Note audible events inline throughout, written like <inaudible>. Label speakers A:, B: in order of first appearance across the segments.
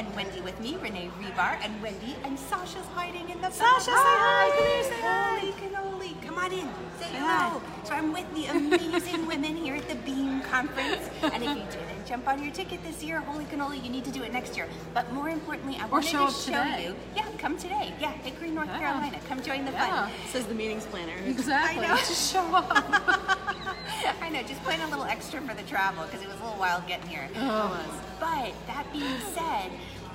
A: <laughs> Wendy with me, Renee Rebar, and Wendy, and Sasha's hiding in the
B: Sasha, say hi. Come here, say
A: Holy cannoli. Come on in. Say
B: Say
A: hello. So I'm with the amazing <laughs> women here at the Beam Conference. And if you didn't jump on your ticket this year, holy cannoli, you need to do it next year. But more importantly, I wanted
B: show
A: to
B: up
A: show
B: today.
A: you. Yeah, come today. Yeah, Hickory, North
B: Yeah.
A: Carolina. Come join the fun.
B: Yeah.
C: Says the meetings planner.
B: Exactly.
A: I know.
B: Just show up.
A: <laughs> I know, just plan a little extra for the travel because it was a little wild getting here.
C: Oh.
A: But that being said,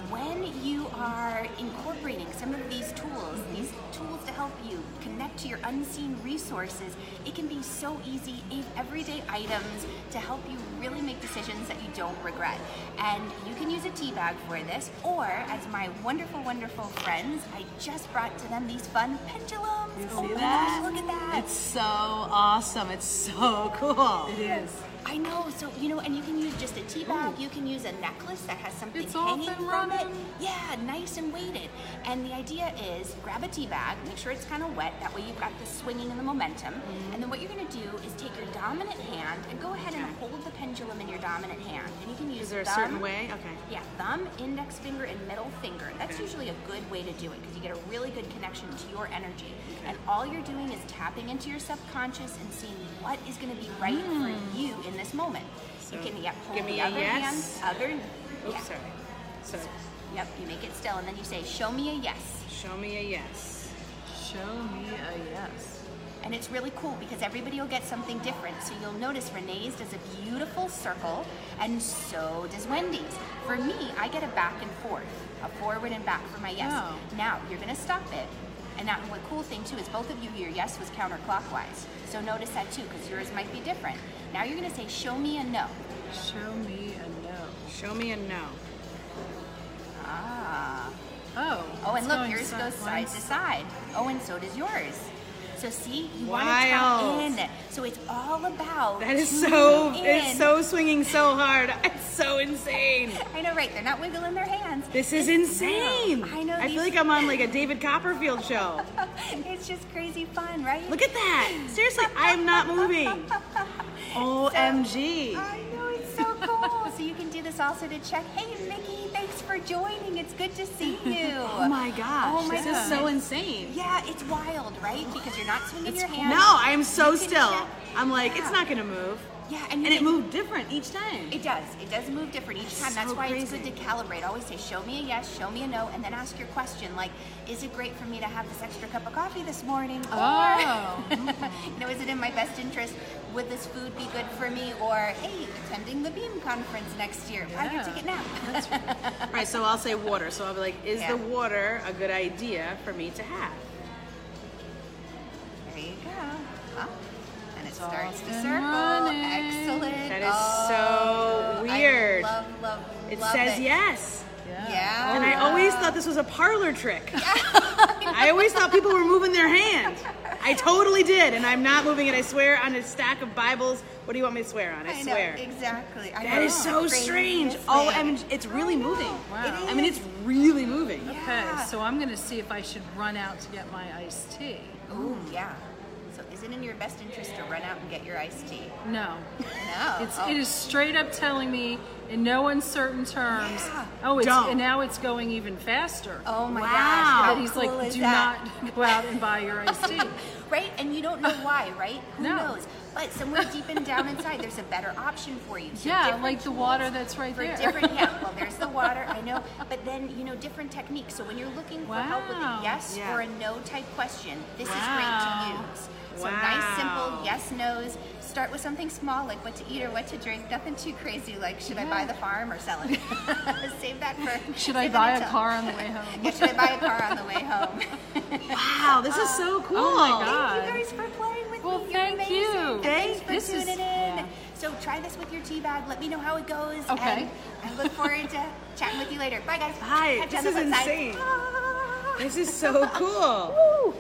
A: when you are incorporating some of these tools,
C: Mm-hmm.
A: these tools to help you connect to your unseen resources, it can be so easy, e- everyday items to help you really make decisions that you don't regret. And you can use a tea bag for this, or as my wonderful, wonderful friends, I just brought to them these fun pendulums.
C: You see
A: oh my
C: that?
A: gosh, look at that.
C: It's so awesome. It's so cool.
B: It is.
A: I know. So you know, and you can use just a tea bag. You can use a necklace that has something
B: It's off
A: hanging
B: and
A: from it.
B: running.
A: Yeah, nice and weighted. And the idea is grab a tea bag, make sure it's kind of wet. That way you've got the swinging and the momentum. And then what you're going to do is take your dominant hand and go ahead and hold the pendulum in your dominant hand. And you can use
C: Is there a
A: thumb-
C: certain way? Okay.
A: yeah, thumb, index finger, and middle finger. That's usually a good way to do it because you get a really good connection to your energy. And all you're doing is tapping into your subconscious and seeing what is going to be right for you in this moment.
C: Hmm. So,
A: you can yep, hold
C: give me
A: the
C: a
A: other
C: yes.
A: hand, other.
C: Oops,
A: yeah,
C: sorry. So,
A: Yep, you make it still, and then you say, "Show me a yes."
C: show me a yes.
B: Show me a yes.
A: And it's really cool because everybody will get something different. So you'll notice Renee's does a beautiful circle, and so does Wendy's. For me, I get a back and forth, a forward and back for my yes.
C: Oh.
B: Wow.
A: Now you're gonna stop it. And now, what cool thing too is both of you, your yes was counterclockwise. So notice that too, because yours might be different. Now you're gonna say, "Show me a no."
B: Show me a no.
C: Show me a no.
A: Ah.
B: Oh.
A: Oh, and
B: it's
A: look,
B: going
A: yours goes side
B: sideways.
A: to side. Oh, and so does yours. So see, you
C: Wild.
A: want to tap in. So it's all about
C: That is
A: tuning
C: so.
A: in.
C: It's so swinging so hard. <laughs> It's so insane.
A: I know, right? They're not wiggling their hands.
C: This is insane.
A: I know.
C: I feel
A: these-
C: like I'm on like a David Copperfield show.
A: <laughs> it's just crazy fun, right?
C: Look at that. Seriously, I'm not moving. OMG.
A: I know it's
C: <laughs>
A: so cool. so you can do this also to check. Hey, Mickey, thanks for joining. It's good to see you.
C: <laughs> Oh my gosh.
A: Oh my
C: this is
A: goodness.
C: so insane.
A: Yeah, it's wild, right? Because you're not swinging your hand.
C: No, I am so
A: You can
C: still.
A: check.
C: I'm like,
A: Yeah.
C: it's not gonna move.
A: Yeah, and, you
C: And it
A: can-
C: moved different each time.
A: It does. It does move different each time. That's
C: so
A: why it's
C: crazy.
A: good to calibrate. Always say, show me a yes, show me a no, and then ask your question like, is it great for me to have this extra cup of coffee this morning? Or,
B: Oh.
A: <laughs> you know, is it in my best interest? Would this food be good for me? Or, hey, attending the BEAM conference next year. Buy your
B: Yeah.
A: ticket now.
C: Right, so I'll say water. So I'll be like, is
A: Yeah.
C: the water a good idea for me to have?
A: there you go. Up. And it
B: off
A: starts to
B: and
A: circle.
B: running.
A: Excellent.
C: That is
A: Oh,
C: so weird.
A: I love, love,
C: It
A: love
C: says
A: it. Oh,
C: yes. Oh,
A: Yeah.
C: And I always thought this was a parlor trick.
A: <laughs>
C: I always thought people were moving their hand. I totally did, and I'm not moving it. I swear on a stack of Bibles. What do you want me to swear on? I,
A: I know,
C: swear.
A: exactly. I
C: That
A: know.
C: is so
A: Crazy
C: strange.
A: this
C: Oh,
A: way.
C: I mean, it's really moving.
B: Wow.
C: I mean, it's really moving.
B: Okay, so I'm gonna see if I should run out to get my iced tea.
A: Ooh, yeah. So is it in your best interest to run out and get your iced tea?
B: No.
A: No.
B: It's
A: Oh.
B: it is straight up telling me in no uncertain terms.
A: Yeah.
B: Oh, it's
C: Don't.
B: and now it's going even faster.
A: Oh my
C: Wow.
A: gosh. How
B: And he's
A: cool
B: like,
A: is
B: do
A: that?
B: not go out and buy your
A: <laughs>
B: iced tea.
A: Right? And you don't know why,
B: <laughs>
A: right? Who
B: No.
A: knows? But somewhere deep and down inside, there's a better option for you. So
B: yeah,
A: different
B: like the water that's right
A: for
B: there.
A: different yeah
B: <laughs>
A: well there's the water i know but then you know different techniques so when you're looking for help with a
B: Wow.
A: yes
C: Yeah.
A: or a no type question this is
B: Wow.
A: great to use so nice simple
C: Wow.
A: yes nos start with something small like what to eat or what to drink nothing too crazy like should i buy the farm or sell it <laughs> save that for <laughs>
B: Should I
A: save it
B: buy a
A: until-
B: car on the way home?
A: yeah, should i buy a car on the way home
C: Wow, this is so cool.
B: Oh my God.
A: Thank you guys for playing with
B: Well,
A: me.
B: thank
A: You're amazing.
B: you.
A: And Thanks for
B: This
A: tuning
B: is-
A: in.
B: yeah.
A: So try this with your tea bag. Let me know how it goes.
B: Okay.
A: And I look forward to chatting with you later. Bye, guys.
C: Hi.
A: Catch you on
C: This
A: the
C: is
A: flip side.
C: insane.
A: Ah.
C: This is so cool.